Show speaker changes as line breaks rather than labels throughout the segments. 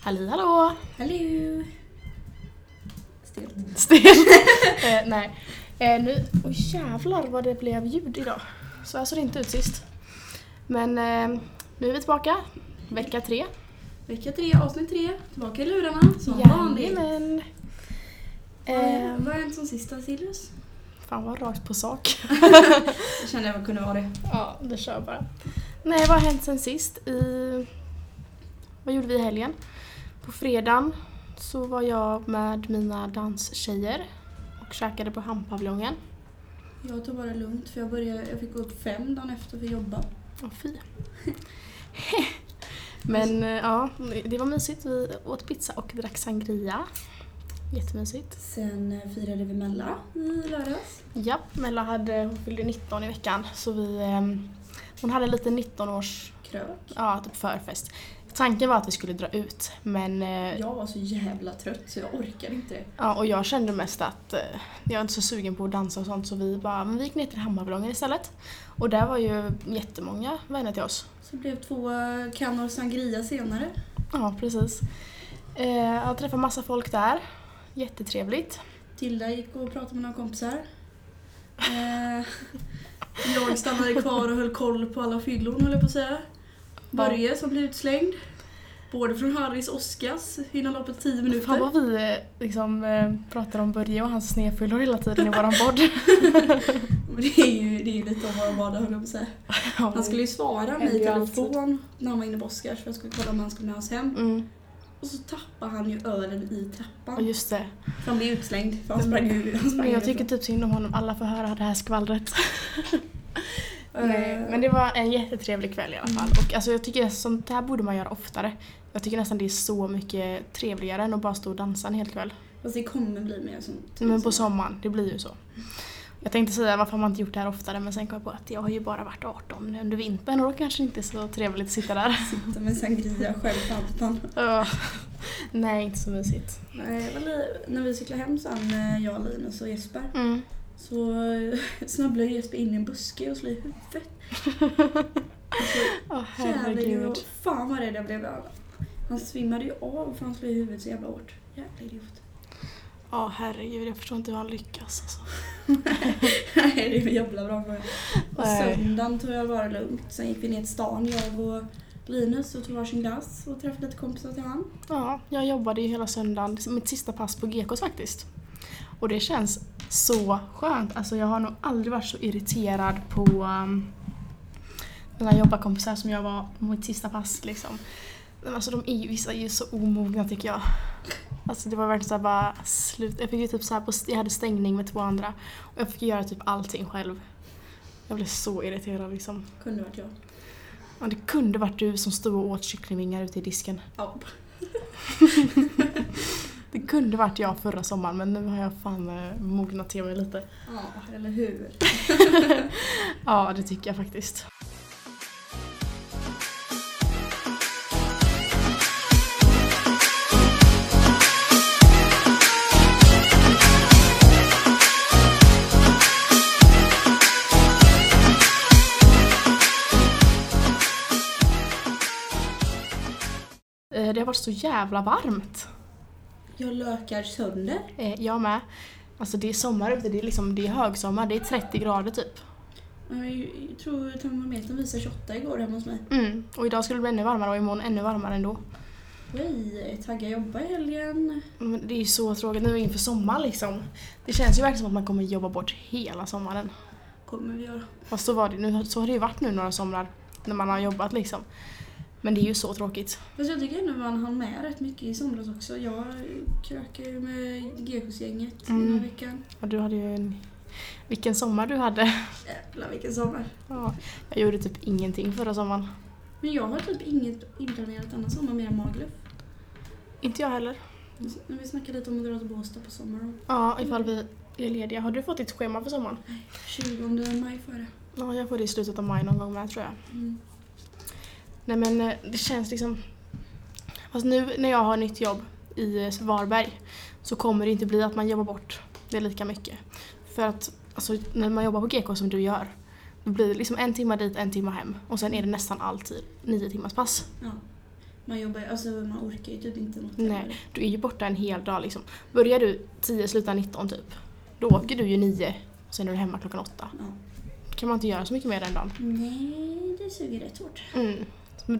Halli hallå!
Hallå! Stelt.
Stelt. eh, nej. Eh, nu, oj jävlar vad det blev ljud idag. Så här såg det inte ut sist. Men eh, nu är vi tillbaka. Vecka tre.
Vecka tre, avsnitt tre. Tillbaka i lurarna som vanligt.
Jajamän.
Vad
Eh,
vad har hänt som sista Silvius?
fan vad rakt på sak.
Jag kände jag kunde vara det.
Ja, det kör bara. Nej, vad har hänt sen sist? I... Vad gjorde vi i helgen? På fredagen så var jag med mina danstjejer och käkade på Hamnpaviljongen.
Jag tog bara lugnt för jag, började, jag fick gå upp fem dagen efter för att jobba.
Åh fy. Men eh, ja, det var mysigt. Vi åt pizza och drack sangria. Jättemysigt.
Sen eh, firade vi Mella i lördags.
Ja, Mella hade, hon fyllde 19 i veckan så vi, ehm, hon hade lite 19-års,
Krök.
ja typ förfest. Tanken var att vi skulle dra ut men eh,
Jag var så jävla trött så jag orkade inte det.
Ja, och jag kände mest att eh, jag är inte så sugen på att dansa och sånt så vi bara, men vi gick ner till Hammarbyången istället. Och där var ju jättemånga vänner till oss.
Så blev två eh, kannor sangria senare.
Ja, precis. Eh, jag träffade massa folk där. Jättetrevligt.
Tilda gick och pratade med några kompisar. Eh, jag stannade kvar och höll koll på alla fyllon höll jag på att säga. Börje som blev utslängd. Både från Harrys och Oskars innan loppet 10
Fan
minuter.
vad vi eh, liksom eh, pratar om Börje och hans snedfyllor hela tiden i våran podd.
Men Det är ju, det är ju lite om vad jag bara höll jag på att säga. Han skulle ju svara mig i
Händer ju alltid.
telefon när han var inne på Oskars för jag skulle kolla om han skulle med oss hem.
Mm,
Och så tappade han ju ölen i
ja,
trappan.
just det.
För han blev utslängd för han sprang ju. Han sprang
Men jag
ju
tycker typ synd om honom, alla får höra det här skvallret.
Eh, Mm.
Nej, men det var en jättetrevlig kväll i alla fall. Och alltså, jag tycker sånt här borde man göra oftare. Jag tycker nästan det är så mycket trevligare än att bara stå och dansa en hel kväll.
Fast det kommer bli mer sånt.
Men på sommaren, det blir ju så. Jag tänkte säga varför har man inte gjort det här oftare men sen kom jag på att jag har ju bara varit 18 under vintern och då kanske det inte är så trevligt att sitta där.
Sitta med sangria själv på altan.
Ja. Nej, inte så mysigt.
Nej, väl, eh, när vi cyklade hem sen, eh, jag, Linus och Jesper,
Mm.
så eh, snubblade Jesper in i en buske och slog i huvudet.
Åh
Jävla
herregud.
idiot. Fan vad rädd jag blev. av honom. Han svimmade ju av för han slog i huvudet så jävla hårt. Jävla idiot.
Ja herregud, jag förstår inte hur han lyckas alltså.
Nej, det är en jävla bra fråga. Och
Nej.
söndagen tog jag bara lugnt. Sen gick vi ner till stan, jag och Linus, och tog varsin glass och träffade lite kompisar till han.
Ja, jag jobbade ju hela söndagen, mitt sista pass på GKs faktiskt. Och det känns så skönt. Alltså jag har nog aldrig varit så irriterad på um, mina jobbarkompisar som jag var på mitt sista pass liksom. Men alltså de är ju, vissa är ju så omogna tycker jag. Alltså det var verkligen såhär bara slut. Jag fick ju typ såhär, på, jag hade stängning med två andra. Och jag fick göra typ allting själv. Jag blev så irriterad liksom.
Kunde varit jag.
Ja, det kunde varit du som stod och åt kycklingvingar ute i disken.
Ja.
Det kunde varit jag förra sommaren men nu har jag fan eh, mognat till mig lite.
ja, eller hur?
Ja, det tycker jag faktiskt. Eh, Det har varit så jävla varmt.
Jag lökar sönder.
Eh, Jag med. Alltså det är sommar ute, det är, liksom, det är högsommar, det är 30 grader typ.
Ja, Jag tror termometern visade 28 igår hemma hos mig.
Mm. Och idag skulle det bli ännu varmare och imorgon ännu varmare ändå.
Oj, tagga jobba i helgen.
Men det är ju så tråkigt nu inför sommaren liksom. Det känns ju verkligen som att man kommer jobba bort hela sommaren.
Kommer vi göra.
Fast så, var det, nu, så har det ju varit nu några somrar när man har jobbat liksom. Men det är ju så tråkigt.
Fast jag tycker ändå man hann med rätt mycket i somras också. Jag krökade ju med GKs-gänget
Mm.
den här veckan.
Och du hade ju en... Vilken sommar du hade.
Jävlar vilken sommar.
Ja, jag gjorde typ ingenting förra sommaren.
Men jag har typ inget inplanerat annan sommar mer än Magaluf.
Inte jag heller.
Men Vi snackade lite om att dra till Båstad på sommaren.
Ja, ifall vi är lediga. Har du fått ditt schema för sommaren?
20 maj före.
Ja, jag får det i slutet av maj någon gång med tror jag.
Mm.
Nej men eh, det känns liksom... Fast nu när jag har nytt jobb i eh, Varberg så kommer det inte bli att man jobbar bort det lika mycket. För att alltså, när man jobbar på GK som du gör, då blir det liksom en timme dit, en timme hem. Och sen är det nästan alltid nio timmars pass.
Ja. Man jobbar alltså man orkar ju typ inte något.
Nej.
heller.
Du är ju borta en hel dag liksom. Börjar du 10, slutar 19 typ. Då åker du ju 9 och sen är du hemma klockan 8.
Ja.
kan man inte göra så mycket mer den dagen.
Nej, det suger rätt hårt.
Mm.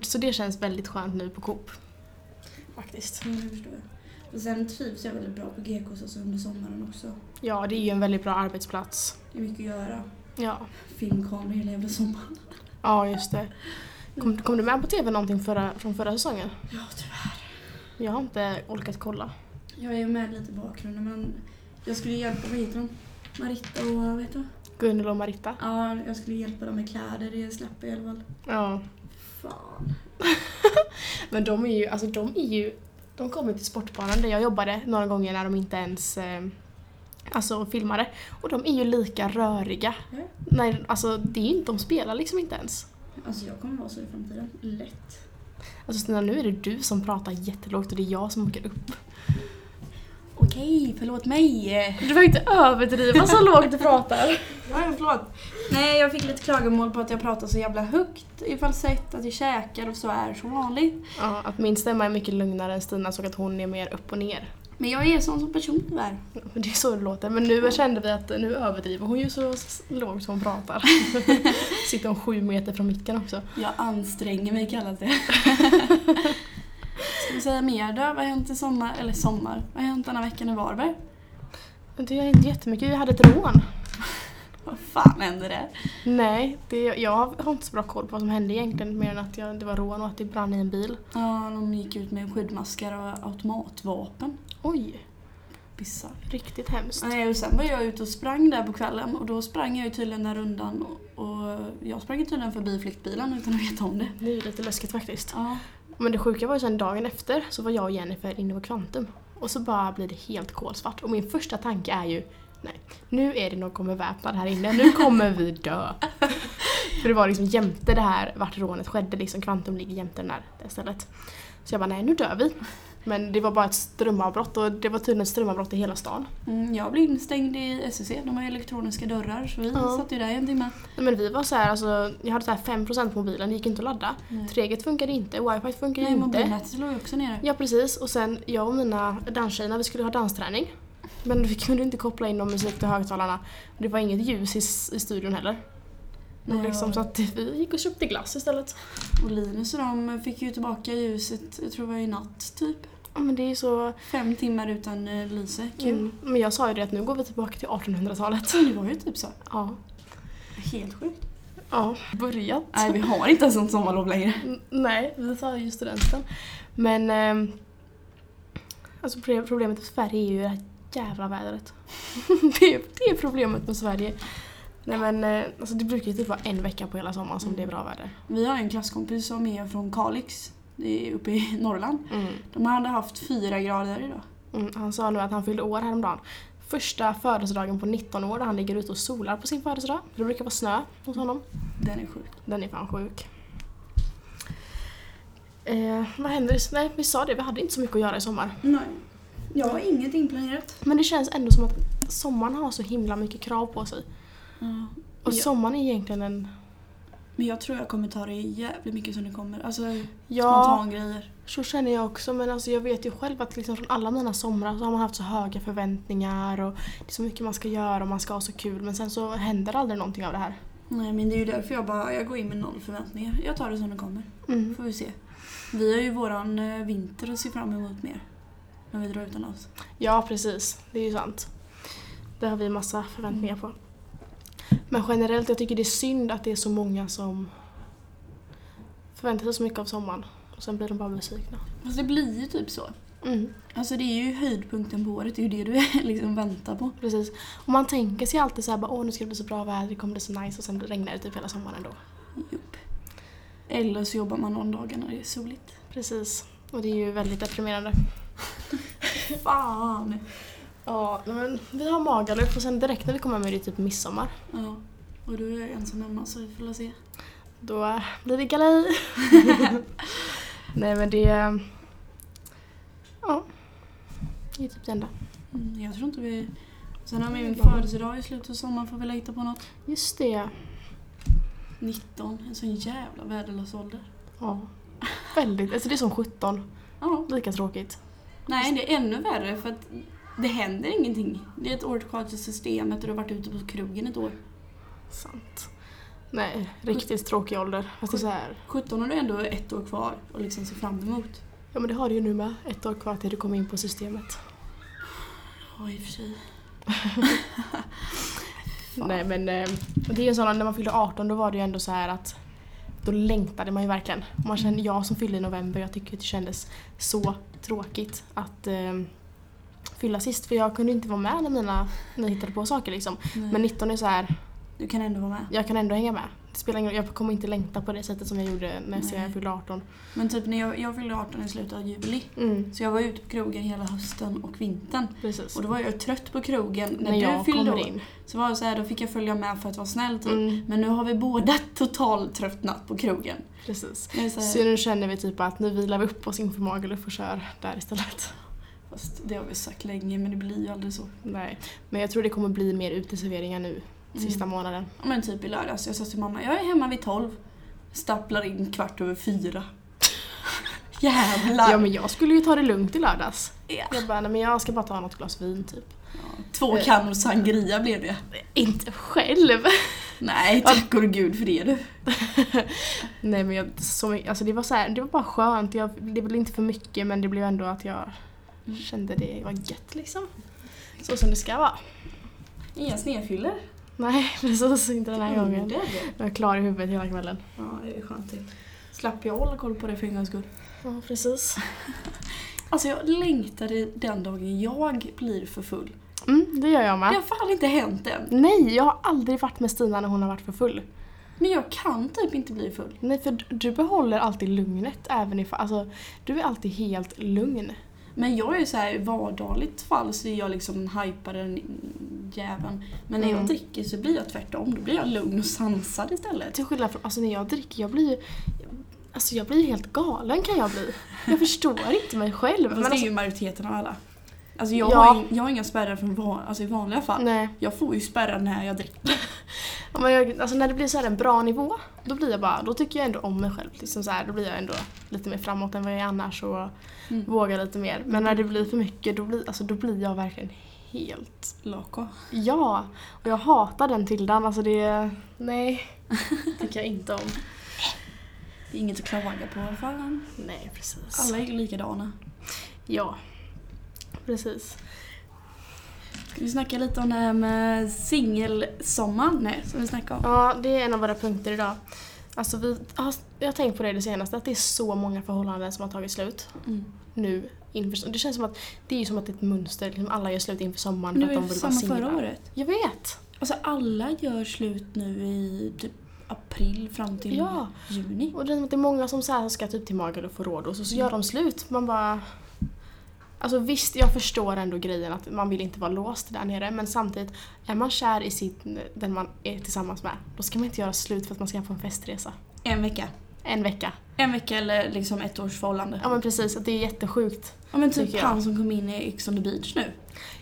Så det känns väldigt skönt nu på Coop. Faktiskt.
Mm, det förstår jag. Och sen trivs jag väldigt bra på GKs alltså under sommaren också.
Ja, det är ju en väldigt bra arbetsplats.
Det är mycket att göra.
Ja,
Filmkamera hela jävla sommaren.
ja just det. Kom, kom du med på TV någonting förra, från förra säsongen?
Ja, tyvärr.
Jag har inte orkat kolla.
Jag är ju med lite i bakgrunden men jag skulle hjälpa, vad heter de? Maritta och vad heter de?
Gunnel och Maritta.
Ja, jag skulle hjälpa dem med kläder, det släpper jag i alla fall.
Ja.
Fan.
Men de är ju, alltså de är ju, de kommer till Sportbanan där jag jobbade några gånger när de inte ens eh, alltså filmade. Och de är ju lika röriga.
Mm.
Nej, alltså det är ju inte, de spelar liksom inte ens.
Alltså jag kommer vara så i framtiden. Lätt.
Alltså Stina, nu är det du som pratar jättelågt och det är jag som åker upp.
Okej, förlåt mig.
Du behöver inte överdriva så lågt du pratar.
Ja, förlåt. Nej, jag fick lite klagomål på att jag pratar så jävla högt i falsett, att jag käkar och så är som vanligt.
Ja, att min stämma är mycket lugnare än Stinas och att hon är mer upp och ner.
Men jag är sån som person tyvärr.
Men det är så det låter. Men nu kände vi att nu överdriver hon ju så s- lågt som hon pratar. Sitter hon sju meter från micken också.
Jag anstränger mig kallas det. Ska vi säga mer då? Vad har hänt i sommar? Eller sommar? Vad har hänt denna veckan i Varberg?
Men Det har hänt jättemycket. Vi hade ett rån.
Vad fan hände där?
Nej, det, jag har inte så bra koll på vad som hände egentligen mer än att jag, det var rån och att det brann i en bil.
Ja, de gick ut med skyddmaskar och automatvapen.
Oj,
Bizarrt.
riktigt hemskt.
Nej, och sen var jag ute och sprang där på kvällen och då sprang jag ju tydligen den rundan och, och jag sprang ju tydligen förbi flyktbilen utan att veta om det.
Det är ju lite läskigt faktiskt.
Ja.
Men det sjuka var ju sen dagen efter så var jag och Jennifer inne på Kvantum. Och så bara blir det helt kolsvart. Och min första tanke är ju Nej, nu är det någon kommer väpnad här inne. Nu kommer vi dö. För det var liksom jämte det här vart rånet skedde. Liksom Kvantum ligger jämte den här, det här stället. Så jag bara, nej nu dör vi. Men det var bara ett strömavbrott och det var tydligen ett strömavbrott i hela stan.
Mm, jag blev instängd i SEC, de har ju elektroniska dörrar så vi
Ja.
satt ju där i en timme.
Nej, men vi var så här, alltså, jag hade så här 5% på mobilen, det gick inte att ladda. 3G funkade inte, wifi funkade
Nej,
inte.
mobilnätet låg ju också nere.
Ja precis och sen jag och mina danstjejerna vi skulle ha dansträning. Men vi kunde inte koppla in någon musik till högtalarna. Det var inget ljus i, i studion heller.
Nej,
Liksom,
och-
så att vi gick och köpte glass istället.
Och Linus och de fick ju tillbaka ljuset, jag tror det var i natt typ.
Ja, men det är ju så...
Fem timmar utan eh, lyse. Kul.
Mm. Men jag sa ju det att nu går vi tillbaka till 1800-talet.
Men det var ju typ så.
Ja.
Helt sjukt.
Ja. Börjat.
Nej, vi har inte ens sånt sommarlov längre.
N- Nej, vi tar ju studenten. Men... ehm, alltså pro- problemet med Sverige är ju det här jävla vädret. det, är, det är problemet med Sverige. Nej men eh, alltså det brukar ju typ vara en vecka på hela sommaren som det är bra väder.
Vi har en klasskompis som är från Kalix, det är uppe i Norrland. De hade haft fyra grader idag.
Mm, han sa nu att han fyllde år häromdagen. Första födelsedagen på 19 år där han ligger ute och solar på sin födelsedag. För det brukar vara snö hos honom.
Den är sjuk.
Den är fan sjuk. Eh, vad händer? Nej, vi sa det, vi hade inte så mycket att göra i sommar.
Nej. Jag har inget inplanerat.
Men det känns ändå som att sommaren har så himla mycket krav på sig. Och
Ja.
sommaren är egentligen en...
Men jag tror jag kommer ta det jävligt mycket som det kommer. Alltså
Ja,
spontangrejer.
så känner jag också men alltså jag vet ju själv att liksom från alla mina somrar så har man haft så höga förväntningar och det är så mycket man ska göra och man ska ha så kul men sen så händer aldrig någonting av det här.
Nej men det är ju därför jag bara, jag går in med noll förväntningar. Jag tar det som det kommer.
Mm.
Får vi se. Vi har ju våran eh, vinter att se fram emot mer. När vi drar utomlands.
Ja precis, det är ju sant. Det har vi massa förväntningar på. Men generellt, jag tycker det är synd att det är så många som förväntar sig så mycket av sommaren och sen blir de bara besvikna.
Fast det blir ju typ så.
Mm.
Alltså det är ju höjdpunkten på året, det är ju det du liksom väntar på.
Precis. Och man tänker sig alltid så här, bara, åh nu ska det bli så bra väder, det kommer bli så nice och sen regnar det typ hela sommaren då.
Jupp. Eller så jobbar man någon dag när det är soligt.
Precis. Och det är ju väldigt deprimerande.
Fan!
Ja, men vi har Magaluf och sen direkt när vi kommer med det är typ midsommar.
Ja, och då är jag ensam hemma så vi får väl se.
Då eh, blir det galej. Nej men det... eh, Ja. Det är typ det enda.
Mm, jag tror inte vi... Sen har vi min
Mm.
födelsedag i slutet av sommaren får vi väl hitta på något.
Just det.
19, en sån jävla värdelös ålder.
Ja. Väldigt, alltså det är som 17.
Ja.
Lika tråkigt.
Nej, det är ännu värre för att det händer ingenting. Det är ett år kvar till systemet och du har varit ute på krogen ett år.
Sant. Nej, riktigt tråkig ålder. Fast det är så här.
17 har du ändå ett år kvar och liksom se fram emot.
Ja men det har du ju nu med. Ett år kvar till du kommer in på systemet.
Ja, i och för sig. Fan.
Nej men eh, det är ju sådana, när man fyllde 18 då var det ju ändå så här att då längtade man ju verkligen. Man kände, jag som fyllde i november, jag tycker att det kändes så tråkigt att eh, fylla sist för jag kunde inte vara med när mina, när jag hittade på saker liksom.
Nej.
Men 19 är så här,
Du kan ändå vara med.
jag kan ändå hänga med. Det spelar ingen roll, jag kommer inte längta på det sättet som jag gjorde när
Nej.
jag fyllde 18.
Men typ när jag, jag fyllde 18 i slutet av juli.
Mm,
Så jag var ute på krogen hela hösten och vintern.
precis.
Och då var jag trött på krogen när,
när
du
jag
fyllde
kommer
år.
in.
Så var det så här, då fick jag följa med för att vara snäll typ.
Mm,
Men nu har vi båda totalt tröttnat på krogen.
precis.
Jag är så
Så
här,
nu känner vi typ att nu vilar vi upp oss inför Magaluf och kör där istället.
fast det har vi sagt länge men det blir ju aldrig så.
Nej, men jag tror det kommer bli mer uteserveringar nu sista
Mm.
månaden.
Ja, Men typ i lördags, jag sa till mamma, jag är hemma vid 12. Stapplar in kvart över fyra. Jävlar!
Ja men jag skulle ju ta det lugnt i lördags.
Ja.
Jag bara, nej men jag ska bara ta något glas vin typ.
Två kannor sangria blev det.
Inte själv!
Nej, tack och gud för det du.
Nej men jag, så, mycket- alltså det var så här, det var bara skönt. Jag, det blev inte för mycket men det blev ändå att jag
Mm.
kände det var gött liksom. Så som det ska vara.
Inga snedfyller.
Nej precis, inte den
Mm.
här gången. Jag är klar i huvudet hela kvällen.
Ja, det är skönt det. Slapp jag hålla koll på det för en gångs skull.
Ja precis.
Alltså jag längtade den dagen jag blir för full.
Mm, det gör jag
Det
med.
har fan inte hänt än.
Nej, jag har aldrig varit med Stina när hon har varit för full.
Men jag kan typ inte bli full.
Nej, för du- du behåller alltid lugnet även ifall, alltså du är alltid helt lugn.
Men jag är ju så här i vardagligt fall så är jag liksom hypar den jäveln. Men när jag
Mm.
dricker så blir jag tvärtom. Då blir jag lugn och sansad istället.
Till skillnad från, alltså när jag dricker, jag blir ju- alltså jag blir ju helt galen kan jag bli. Jag förstår inte mig själv.
Fast
men
det är
alltså,
ju majoriteten av alla. Alltså jag,
Ja. Mm.
har, ing- jag har inga spärrar från van, alltså i vanliga fall.
nej.
Jag får ju spärrar när jag dricker.
Ja, men jag, alltså när det blir så här en bra nivå, då blir jag bara, då tycker jag ändå om mig själv. Liksom så här, då blir jag ändå lite mer framåt än vad jag är annars och
Mm.
vågar lite mer. Men när det blir för mycket, då blir, alltså, då blir jag verkligen helt...
Lako.
Ja! Och jag hatar den tildan, alltså det... Nej. tycker jag inte om.
Det är inget att klaga på. Fan.
Nej, precis.
Alla är ju likadana.
Ja, precis.
Ska vi snacka lite om det här med singelsommaren? Nej, som vi snackade om.
Ja, det är en av våra punkter idag. Alltså vi har, jag har tänkt på det det senaste, att det är så många förhållanden som har tagit slut
Mm.
nu. Inför, det känns som att det är ju som att det är ett mönster, liksom alla gör slut inför sommaren
Det
för att
var
de
ju
vill vara
samma förra
singlar.
året.
Jag vet!
Alltså alla gör slut nu i typ april fram till
Ja.
juni.
Och det är som att det är många som så här ska typ till Magaluf och Rhodos och så gör de slut. Man bara... Alltså visst, jag förstår ändå grejen att man vill inte vara låst där nere men samtidigt, är man kär i sitt, den man är tillsammans med, då ska man inte göra slut för att man ska på en festresa.
En vecka.
En vecka.
En vecka eller liksom ett års förhållande.
Ja men precis, att det är jättesjukt.
Ja, men typ
tycker jag.
han som kom in i Ex on the beach nu.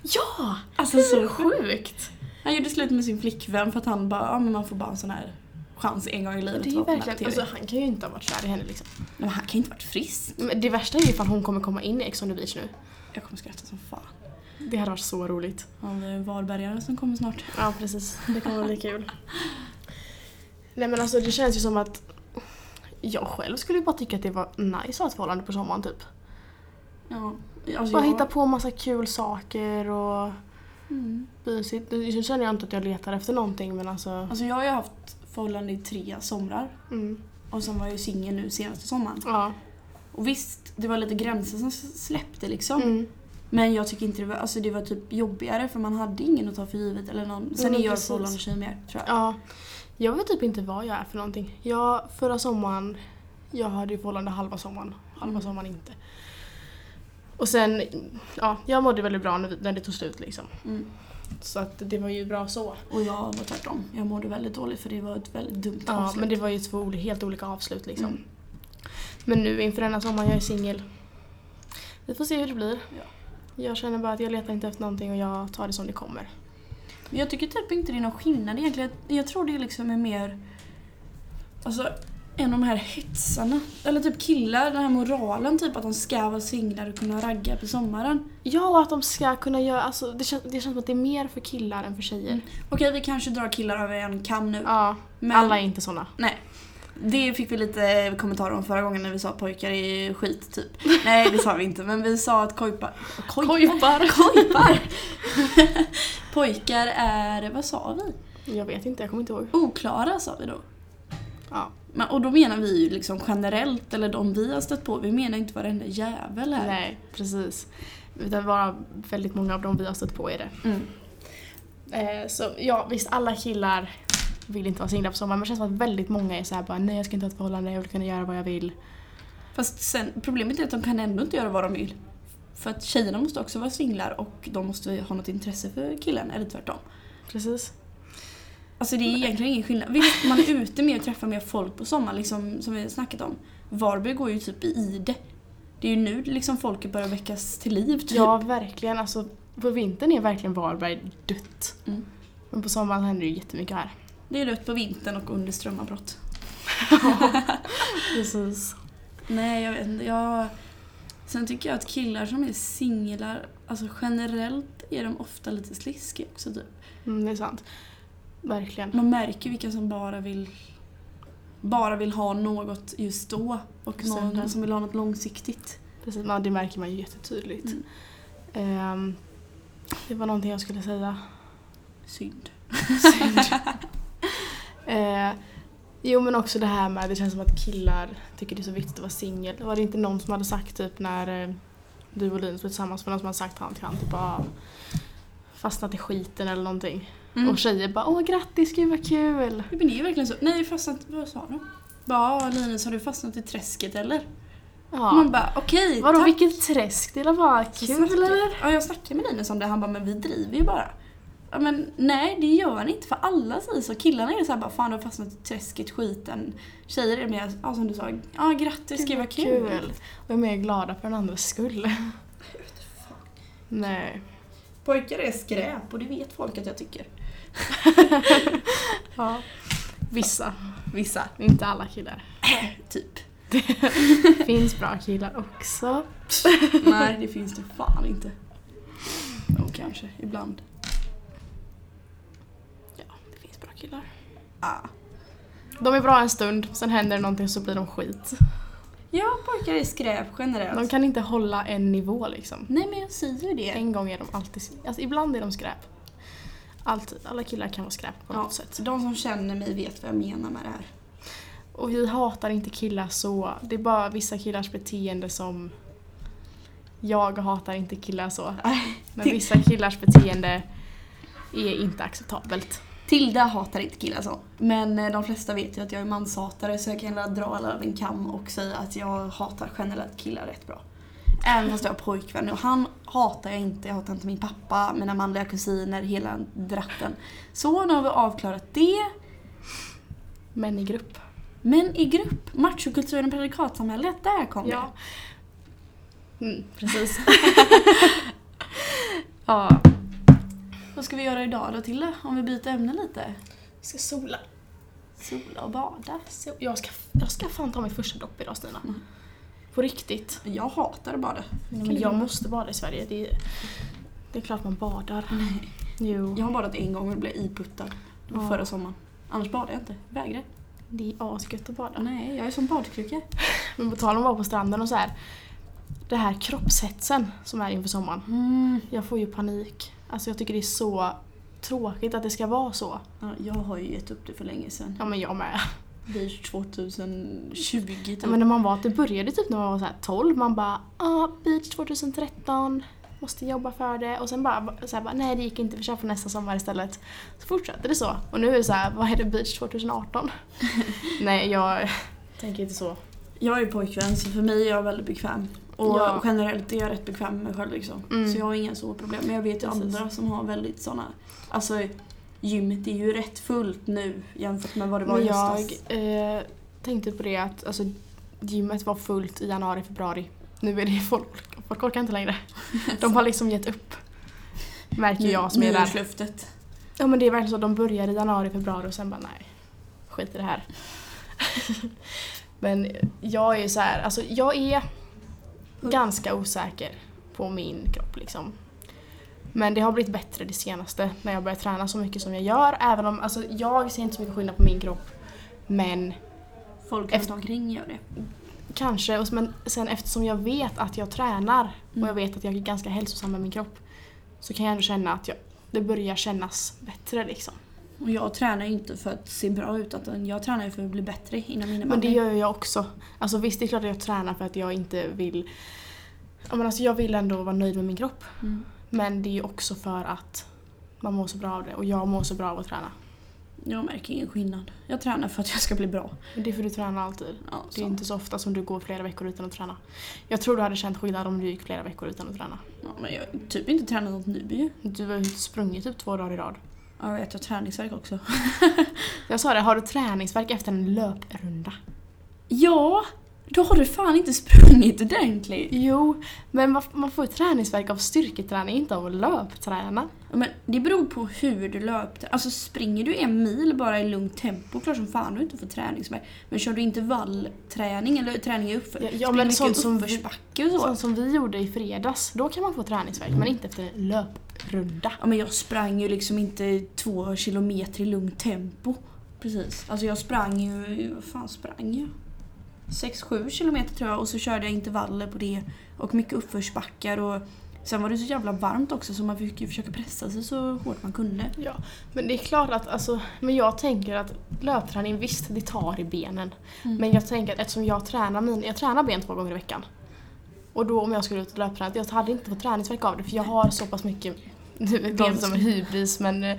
Ja!
Alltså så sjukt! Han gjorde slut med sin flickvän för att han bara, ja men man får bara en sån här chans en gång i livet.
Det är ju
att vara på den här
verkligen, alltså
TV.
han kan ju inte ha varit kär i henne liksom.
Men han kan ju inte varit frisk.
Men det värsta är ju ifall hon kommer komma in i Ex on the beach nu.
Jag kommer skratta som fan.
Det hade varit så roligt.
Han är en varbergare som kommer snart.
Ja precis, det kommer bli kul. Nej men alltså det känns ju som att jag själv skulle ju bara tycka att det var nice att ha ett förhållande på sommaren typ.
Ja. Alltså,
Bara
jag-
hitta på massa kul saker och
Mm.
mysigt. Nu känner jag inte att jag letar efter någonting men alltså.
Alltså jag har ju haft förhållande i tre somrar.
Mm.
Och sen var jag ju singel nu senaste sommaren.
Ja.
Och visst, det var lite gränser som s- släppte liksom.
Mm.
Men jag tycker inte det var, alltså det var typ jobbigare för man hade ingen att ta för givet eller någon.
Nej,
Sen
men
är jag
precis.
förhållande tjej mer tror jag.
ja. Jag vet typ inte vad jag är för någonting. Jag, förra sommaren, jag hade ju förhållande halva sommaren. Halva
Mm.
sommaren inte. Och sen, ja, jag mådde väldigt bra när, vi, när det tog slut liksom.
Mm.
Så att det var ju bra så.
Och jag var tvärtom. Jag mådde väldigt dåligt för det var ett väldigt dumt
Ja,
avslut.
men det var ju två oli- helt olika avslut liksom.
Mm.
Men nu inför denna sommaren, jag är singel. Vi får se hur det blir.
Ja.
Jag känner bara att jag letar inte efter någonting och jag tar det som det kommer.
Men jag tycker typ inte det är någon skillnad egentligen. Jag tror det liksom är mer... Alltså, en av de här hetsarna. Eller typ killar, den här moralen typ att de ska vara singlar och kunna ragga på sommaren.
Ja, och att de ska kunna göra, alltså det känns, det känns som att det är mer för killar än för tjejer.
Okej, vi kanske drar killar över en kam nu.
Mm. Ja,
Men
alla är inte såna.
Nej. Det fick vi lite kommentarer om förra gången när vi sa att pojkar är skit typ. Nej det sa vi inte men vi sa att kojpa, koj,
Kojpar!
kojpar. pojkar är, vad sa vi?
Jag vet inte, jag kommer inte ihåg.
Oklara sa vi då.
Ja.
Men, och då menar vi ju liksom generellt eller de vi har stött på. Vi menar inte varenda jävel här.
Nej, precis. Utan bara väldigt många av dem vi har stött på är det.
Mm.
Eh, så ja, visst alla killar vill inte vara singlar på sommaren men det känns som att väldigt många är såhär bara nej jag ska inte ha ett förhållande, jag vill kunna göra vad jag vill.
Fast sen, problemet är att de kan ändå inte göra vad de vill. För att tjejerna måste också vara singlar och de måste ha något intresse för killen eller tvärtom.
Precis.
Alltså det är egentligen ingen skillnad. Visst, man är ute mer och träffar mer folk på sommaren liksom, som vi har snackat om. Varberg går ju typ i det. Det är ju nu liksom folket börjar väckas till liv typ.
Ja verkligen, alltså på vintern är verkligen Varberg dött.
Mm.
Men på sommaren händer ju jättemycket här.
Det är rött på vintern och under strömavbrott.
Precis.
Nej, jag vet inte. Jag... Sen tycker jag att killar som är singlar, alltså generellt är de ofta lite sliskiga också typ.
Mm, det är sant. Verkligen.
Man märker vilka som bara vill bara vill ha något just då och
Sen
någon
den-
som vill ha något långsiktigt.
Precis, ja, det märker man ju jättetydligt.
Mm.
Ehm, det var någonting jag skulle säga.
Synd.
Eh, jo men också det här med det känns som att killar tycker det är så viktigt att vara singel. Var det inte någon som hade sagt typ när eh, du och Linus var tillsammans var det någon som hade sagt han till han typ ah, fastnat i skiten eller någonting.
Mm.
Och tjejer bara åh grattis gud vad kul.
Ja, Men det är ju verkligen så. Nej, fastnat, vad sa du? Bara, "Ja, Linus har du fastnat i träsket eller?
Ja.
Man bara, okej,
Vadå
tack."
vilket träsk, det är bara
Så
kul
snackar-
eller?
Ja, jag snackade med Linus om det, han bara, men vi driver ju bara. Ja, men nej, det gör ni inte för alla säger så. Killarna är så här bara, fan du har fastnat i träsket, skiten. Tjejer är mer, ja som du sa, ja grattis, gud vad kul.
Och är mer glada för den andras skull. Nej.
Pojkar är skräp och det vet folk att jag tycker.
Ja. Vissa,
Vissa,
inte alla killar.
typ.
Finns bra killar också.
nej, det finns det fan inte. Jo, kanske, ibland.
Det finns bra killar.
Ah.
De är bra en stund, sen händer det någonting så blir de skit.
Ja, pojkar är skräp generellt.
De kan inte hålla en nivå liksom.
Nej men jag säger ju det.
En gång är de alltid, alltså ibland är de skräp. Alltid, alla killar kan vara skräp på
Ja.
något sätt.
De som känner mig vet vad jag menar med det här.
Och vi hatar inte killar så, det är bara vissa killars beteende som... Jag hatar inte killar så. Men vissa killars beteende är inte acceptabelt.
Tilda hatar inte killar så. Men eh, de flesta vet ju att jag är manshatare så jag kan hellre dra alla över en kam och säga att jag hatar generellt killar rätt bra. Även fast jag har pojkvän och han hatar jag inte. Jag hatar inte min pappa, mina manliga kusiner, hela dratten. Så nu har vi avklarat det.
Men i grupp.
Men i grupp, machokulturen och predikatsamhället, där kom
Ja.
det.
Mm, precis. ja.
Vad ska vi göra idag då Tilda? Om vi byter ämne lite?
Ska sola.
Sola och bada.
Så jag, ska, jag ska fan ta mitt första dopp idag Stina.
Mm.
På riktigt.
Jag hatar att bada.
Men jag måste bada i Sverige. Det är, det är klart man badar. Jo.
Jag har badat en gång och blev iputtad. Det var
Ja.
förra sommaren. Annars badar jag inte. Vägrar.
Det är asgött att bada.
Nej, jag är som badkruka.
Men på tal om att vara på stranden och så här. Det här kroppshetsen som är inför sommaren.
Mm.
Jag får ju panik. Alltså jag tycker det är så tråkigt att det ska vara så.
Ja, jag har ju gett upp det för länge sedan.
Ja men jag med.
Vid 2020 typ.
Ja, men när man var, det började typ när man var så här 12. Man bara ah, beach 2013. Måste jobba för det. Och sen bara, så här, bara nej det gick inte, vi kör på nästa sommar istället. Så fortsatte det så. Och nu är det så här, vad är det beach 2018? nej jag tänker inte så.
Jag är pojkvän så för mig är jag väldigt bekväm. Och
Ja.
generellt är jag rätt bekväm med mig själv liksom.
Mm.
Så jag har inga så problem. Men jag vet ju
Precis.
andra som har väldigt sådana. Alltså gymmet är ju rätt fullt nu jämfört med vad det var i
Men jag
höstas.
eh, tänkte på det att alltså, gymmet var fullt i januari, februari. Nu är det folk, folk orkar inte längre. De har liksom gett upp. Märker jag som är där.
Nyårslöftet.
Ja men det är verkligen så, de började i januari, februari och sen bara nej, skit i det här. Men jag är så här, alltså jag är ganska osäker på min kropp liksom. Men det har blivit bättre det senaste när jag börjar träna så mycket som jag gör. Även om, alltså jag ser inte så mycket skillnad på min kropp. Men
Folk
Efter-
runt omkring gör det.
Kanske, och s- men sen eftersom jag vet att jag tränar
Mm.
och jag vet att jag är ganska hälsosam med min kropp så kan jag ändå känna att jag, det börjar kännas bättre liksom.
Och jag tränar ju inte för att se bra ut utan jag tränar ju för att bli bättre inom
Men det
innebandy.
gör ju jag också. Alltså visst, det är klart att jag tränar för att jag inte vill... Ja, Men alltså, jag vill ändå vara nöjd med min kropp.
Mm.
Men det är ju också för att man mår så bra av det och jag mår så bra av att träna.
Jag märker ingen skillnad. Jag tränar för att jag ska bli bra.
Men det är för du tränar alltid.
Ja,
Det är
så.
inte så ofta som du går flera veckor utan att träna. Jag tror du hade känt skillnad om du gick flera veckor utan att träna.
Ja, men jag har typ inte tränat något nu ju.
Du har ju sprungit typ två dagar i rad.
Ja, Jag vet, jag har träningsvärk också.
Jag sa det, har du träningsvärk efter en löprunda?
Ja, då har du fan inte sprungit ordentligt.
Jo, men man, man får ju träningsvärk av styrketräning, inte av att löpträna.
Ja, Men det beror på hur du löpte. Alltså springer du en mil bara i lugnt tempo, klart som fan du inte får träningsvärk. Men kör du intervallträning eller träning i uppför,
Ja, ja,
springer
men
mycket
sånt som-
uppförsbacke och så.
Sånt som vi gjorde i fredags, då kan man få träningsvärk, men inte efter en löprunda.
Ja, men jag sprang ju liksom inte två kilometer i lugnt tempo. Precis. Alltså jag sprang ju, vad fan sprang jag? 6-7 kilometer tror jag och så körde jag intervaller på det och mycket uppförsbackar och sen var det så jävla varmt också så man fick ju försöka pressa sig så hårt man kunde.
Ja, men det är klart att, alltså, men jag tänker att löpträning, visst det tar i benen.
Mm.
Men jag tänker att eftersom jag tränar, min, jag tränar ben två gånger i veckan. Och då om jag skulle ut och löpträna, jag hade inte fått träningsvärk av det för jag har så pass mycket, nu låter det som en hybris, men eh,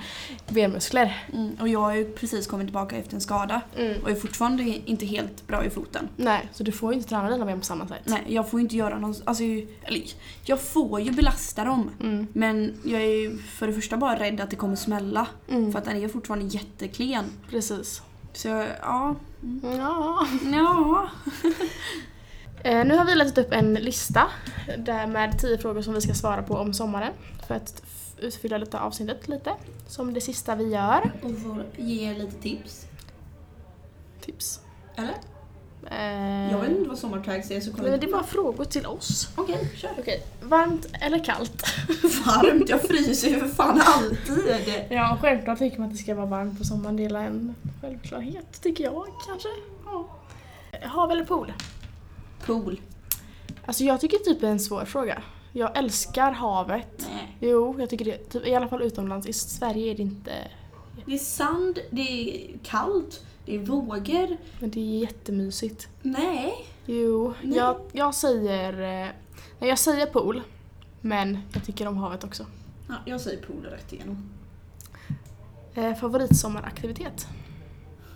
benmuskler.
Mm. Och jag har ju precis kommit tillbaka efter en skada och är fortfarande inte helt bra i foten.
Mm. Nej, så du får ju inte träna dina ben på samma sätt.
Nej, jag får ju inte göra någon, alltså, eller, jag får ju belasta dem.
Mm.
Men jag är ju för det första bara rädd att det kommer smälla.
Mm.
För att den är fortfarande jätteklen.
Precis.
Så ja,
Ja.
Mm. ja.
Eh, nu har vi letat upp en lista där med tio frågor som vi ska svara på om sommaren för att f- utfylla detta avsnittet lite. Som det sista vi gör.
Och får ge lite tips.
Tips.
Eller?
Eh,
Jag vet inte vad sommartags är så kolla
men
inte.
det är bara frågor till oss.
Okej, kör.
Okej, varmt eller kallt?
Varmt, jag fryser ju för fan alltid.
Ja, självklart tycker man att det ska vara varmt på sommaren. Det är en självklarhet, tycker jag kanske. Ja. Hav eller pool?
Pool.
Alltså jag tycker typ det är en svår fråga. Jag älskar havet.
Nej.
Jo, jag tycker det. Typ, I alla fall utomlands. I Sverige är det inte...
Det är sand, det är kallt, det är vågor.
Men det är jättemysigt.
Nej.
Jo,
Nej.
jag, jag säger... eh, Nej, jag säger pool. Men jag tycker om havet också.
Ja, jag säger pool rätt igenom.
Eh, favoritsommaraktivitet?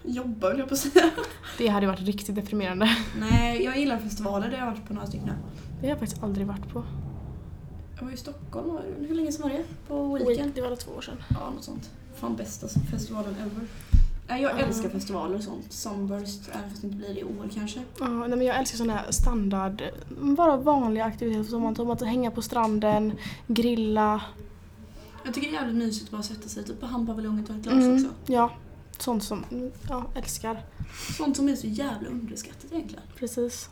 Jobba höll jag på att säga.
Det hade varit riktigt deprimerande.
Nej, jag gillar festivaler, det har jag varit på några stycken.
Det har jag faktiskt aldrig varit på.
Jag var i Stockholm, och- hur länge sedan var det? På weekend?
Det var det två år sedan.
Ja, något sånt. Fan bästa festivalen ever. Nej, jag
Ja.
älskar festivaler och sånt. Sunburst, även fast det inte blir det i år kanske.
Ja, nej, men jag älskar sådana här standard... mm, Bara vanliga aktiviteter på sommaren. Som att hänga på stranden, grilla.
Jag tycker det är jävligt mysigt att bara sätta sig typ på handpaviljongen och ta ett glas
Mm,
också.
ja, sånt som... mm, Ja, älskar.
Sånt som är så jävla underskattat egentligen.
Precis.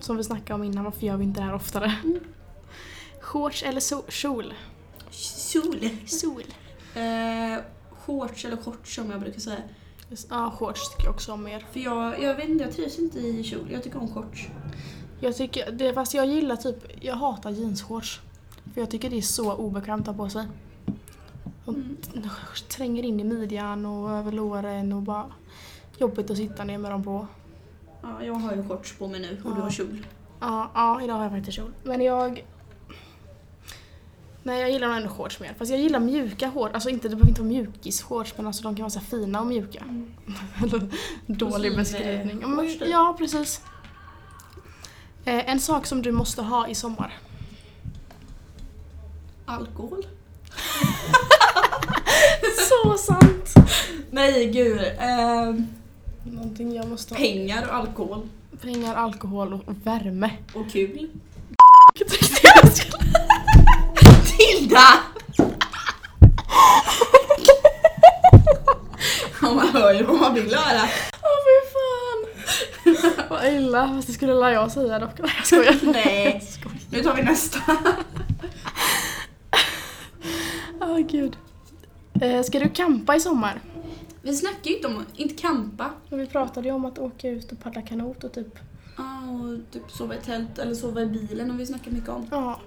Som vi snackade om innan, varför gör vi inte det här oftare?
Mm.
Shorts eller so- kjol?
Kjol!
Sol.
Eh, shorts eller shorts som jag brukar säga.
Ja, shorts tycker jag också om mer.
För jag, jag vet inte, jag trivs inte i kjol. Jag tycker om shorts.
Jag tycker, det, fast jag gillar typ, jag hatar jeansshorts. För jag tycker det är så obekvämt att ha på sig. Och
Mm.
Tränger in i midjan och över låren och bara jobbigt att sitta ner med dem på.
Ja, jag har ju shorts på mig nu och du har
Ja.
kjol.
Ja, ja idag har jag faktiskt kjol. Men jag... Nej, jag gillar nog ändå shorts mer. Fast jag gillar mjuka shorts. Alltså inte, det behöver inte vara mjukis-shorts men alltså de kan vara så här fina och mjuka. Dålig
Kostym,
beskrivning. Ja, men-
shorts, typ.
Ja, precis. Eh, en sak som du måste ha i sommar.
Alkohol?
Så sant!
Nej gud! Eh,
Någonting jag måste ha.
pengar och alkohol.
Pengar, alkohol och värme.
Och kul.
Jag tänkte jag skulle-
Tilda! Ja, man hör ju vad man vill höra.
Åh fy fan! Snälla, fast det skulle la jag säga dock. Nej jag skojar.
Nej. Nu tar vi nästa.
Åh gud. Eh, ska du kampa i sommar?
Vi snackar ju inte om att inte campa.
Men Vi pratade ju om att åka ut och paddla kanot och typ
Ja, och typ sova i tält eller sova i bilen har vi snackat mycket om.
Ja,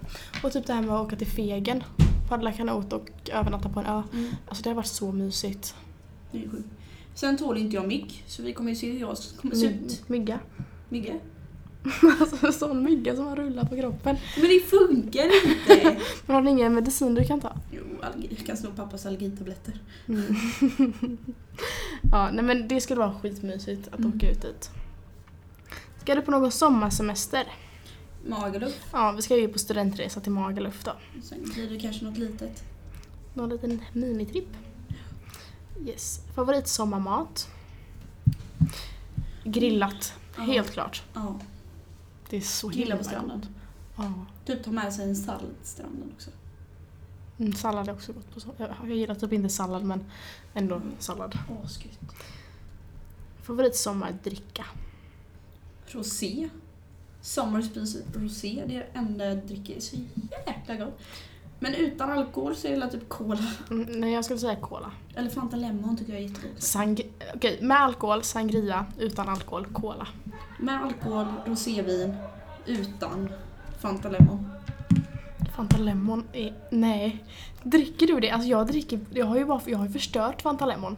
och typ det här med att åka till Fegen, paddla kanot och övernatta på en ö.
Mm.
Alltså det har varit så mysigt.
Det är sjukt. Sen tål inte jag mygg, så vi kommer ju se hur jag kommer se
My-
ut.
mygga.
Mygge.
Alltså en sån mygga som har rullat på kroppen.
Men det funkar inte!
Men har ni ingen medicin du kan ta?
jo, allergi. jag kan sno pappas allergitabletter.
Mm. ja, nej men det skulle vara skitmysigt att
Mm.
åka ut dit. Ska du på någon sommarsemester?
Magaluf.
Ja, vi ska ju på studentresa till Magaluf då.
Sen blir det kanske något litet.
Någon liten minitripp. Yes. Favoritsommarmat? Grillat,
Ja.
helt klart.
Ja,
Det är så
grilla
himla
på stranden.
Ja.
Typ ta med sig en sallad till stranden också.
Mm, sallad är också gott på sommaren. Jag, jag gillar typ inte sallad men ändå
Mm.
sallad.
Asgött.
Favoritsommardricka?
Rosé. Sommarspis rosé, det är det enda jag dricker. Det är så jäkla gott. Men utan alkohol så är det väl typ cola.
Mm, nej jag skulle säga cola.
Eller Fanta Lemon tycker jag är jättegott.
Sang Okej, med alkohol sangria, utan alkohol cola.
Med alkohol, rosévin, utan Fanta Lemon.
Fanta Lemon är... Nej. Dricker du det? Alltså jag dricker... Jag har ju bara... Jag har ju förstört Fanta Lemon.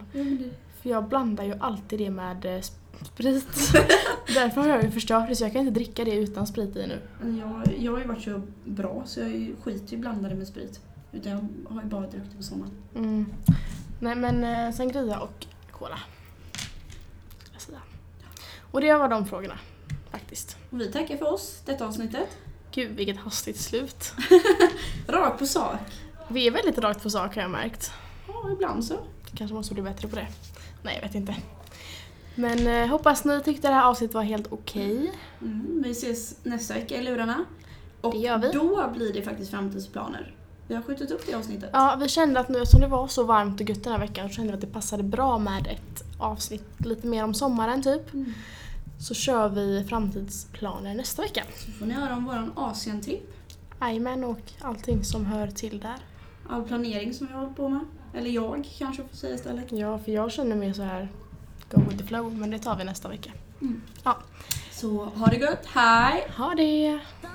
För jag blandar ju alltid det med eh, sp- sprit. Därför har jag ju förstört det så jag kan inte dricka det utan sprit i nu.
Jag, jag har ju varit så bra så jag är ju- skiter ju i blandade med sprit. Utan jag har ju bara druckit det på sommaren.
Mm. Nej men eh, sangria och cola. Skulle jag säga. Och det var de frågorna faktiskt.
Och vi tackar för oss detta avsnittet.
Gud vilket hastigt slut.
Rakt på sak.
Vi är väldigt rakt på sak har jag märkt.
Ja, ibland så.
Kanske måste bli bättre på det. Nej jag vet inte. Men eh, hoppas ni tyckte det här avsnittet var helt okej.
Mm, vi ses nästa vecka i lurarna. Och
Det gör vi.
då blir det faktiskt framtidsplaner. Vi har skjutit upp det avsnittet.
Ja vi kände att nu som det var så varmt och gött den här veckan så kände vi att det passade bra med ett avsnitt lite mer om sommaren typ.
Mm.
Så kör vi framtidsplaner nästa vecka.
Så får ni höra om vår Asientripp.
Jajamän och allting som hör till där.
All planering som vi har hållit på med. Eller jag kanske får säga istället.
Ja, för jag känner mig så här go with the flow, men det tar vi nästa vecka.
Mm.
Ja,
Så ha det gött, hej!
ha det!
Bye.